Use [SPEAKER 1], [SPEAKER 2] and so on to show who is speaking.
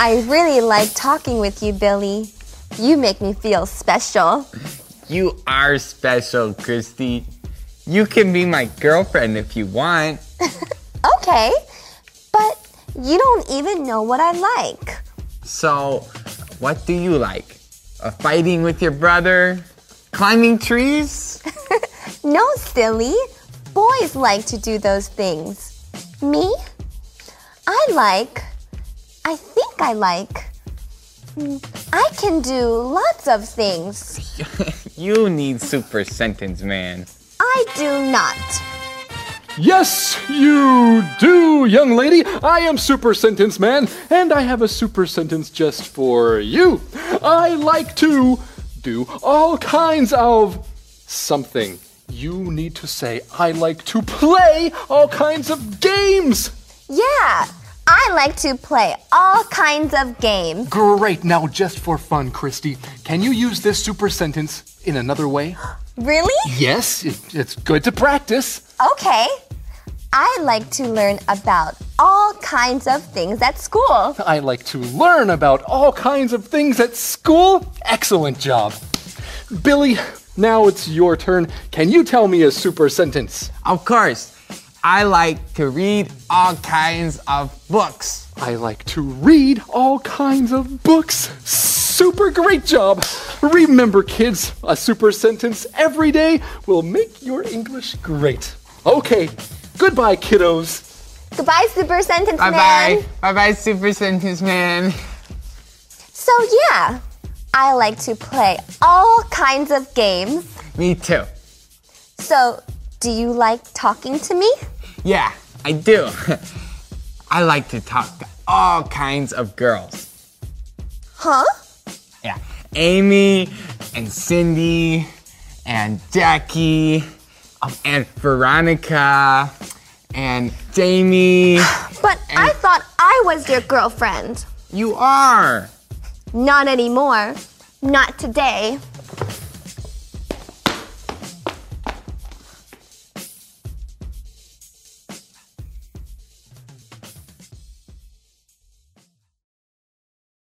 [SPEAKER 1] I really like talking with you, Billy. You make me feel special.
[SPEAKER 2] You are special, Christy. You can be my girlfriend if you want.
[SPEAKER 1] Okay, but you don't even know what I like.
[SPEAKER 2] So, what do you like? Uh, fighting with your brother? Climbing trees?
[SPEAKER 1] No, silly. Boys like to do those things. Me? I like. I think I like. mm, I can do lots of things.
[SPEAKER 2] you need super sentence, man.
[SPEAKER 1] I do not.
[SPEAKER 3] Yes, you do, young lady. I am Super Sentence Man, and I have a super sentence just for you. I like to do all kinds of something. You need to say, I like to play all kinds of games.
[SPEAKER 1] Yeah, I like to play all kinds of games.
[SPEAKER 3] Great. Now, just for fun, Christy, can you use this super sentence in another way?
[SPEAKER 1] Really?
[SPEAKER 3] Yes, it- it's good to practice.
[SPEAKER 1] Okay. I like to learn about all kinds of things at school.
[SPEAKER 3] I like to learn about all kinds of things at school. Excellent job. Billy, now it's your turn. Can you tell me a super sentence?
[SPEAKER 2] Of course, I like to read all kinds of books.
[SPEAKER 3] I like to read all kinds of books. Super great job. Remember, kids, a super sentence every day will make your English great. Okay, goodbye, kiddos.
[SPEAKER 1] Goodbye, Super Sentence
[SPEAKER 2] Bye
[SPEAKER 1] Man.
[SPEAKER 2] bye. Bye bye, Super Sentence Man.
[SPEAKER 1] So, yeah, I like to play all kinds of games.
[SPEAKER 2] Me too.
[SPEAKER 1] So, do you like talking to me?
[SPEAKER 2] Yeah, I do. I like to talk to all kinds of girls.
[SPEAKER 1] Huh?
[SPEAKER 2] Yeah, Amy and Cindy and Jackie um, and Veronica and Jamie.
[SPEAKER 1] But I thought I was your girlfriend.
[SPEAKER 2] You are.
[SPEAKER 1] Not anymore. Not today.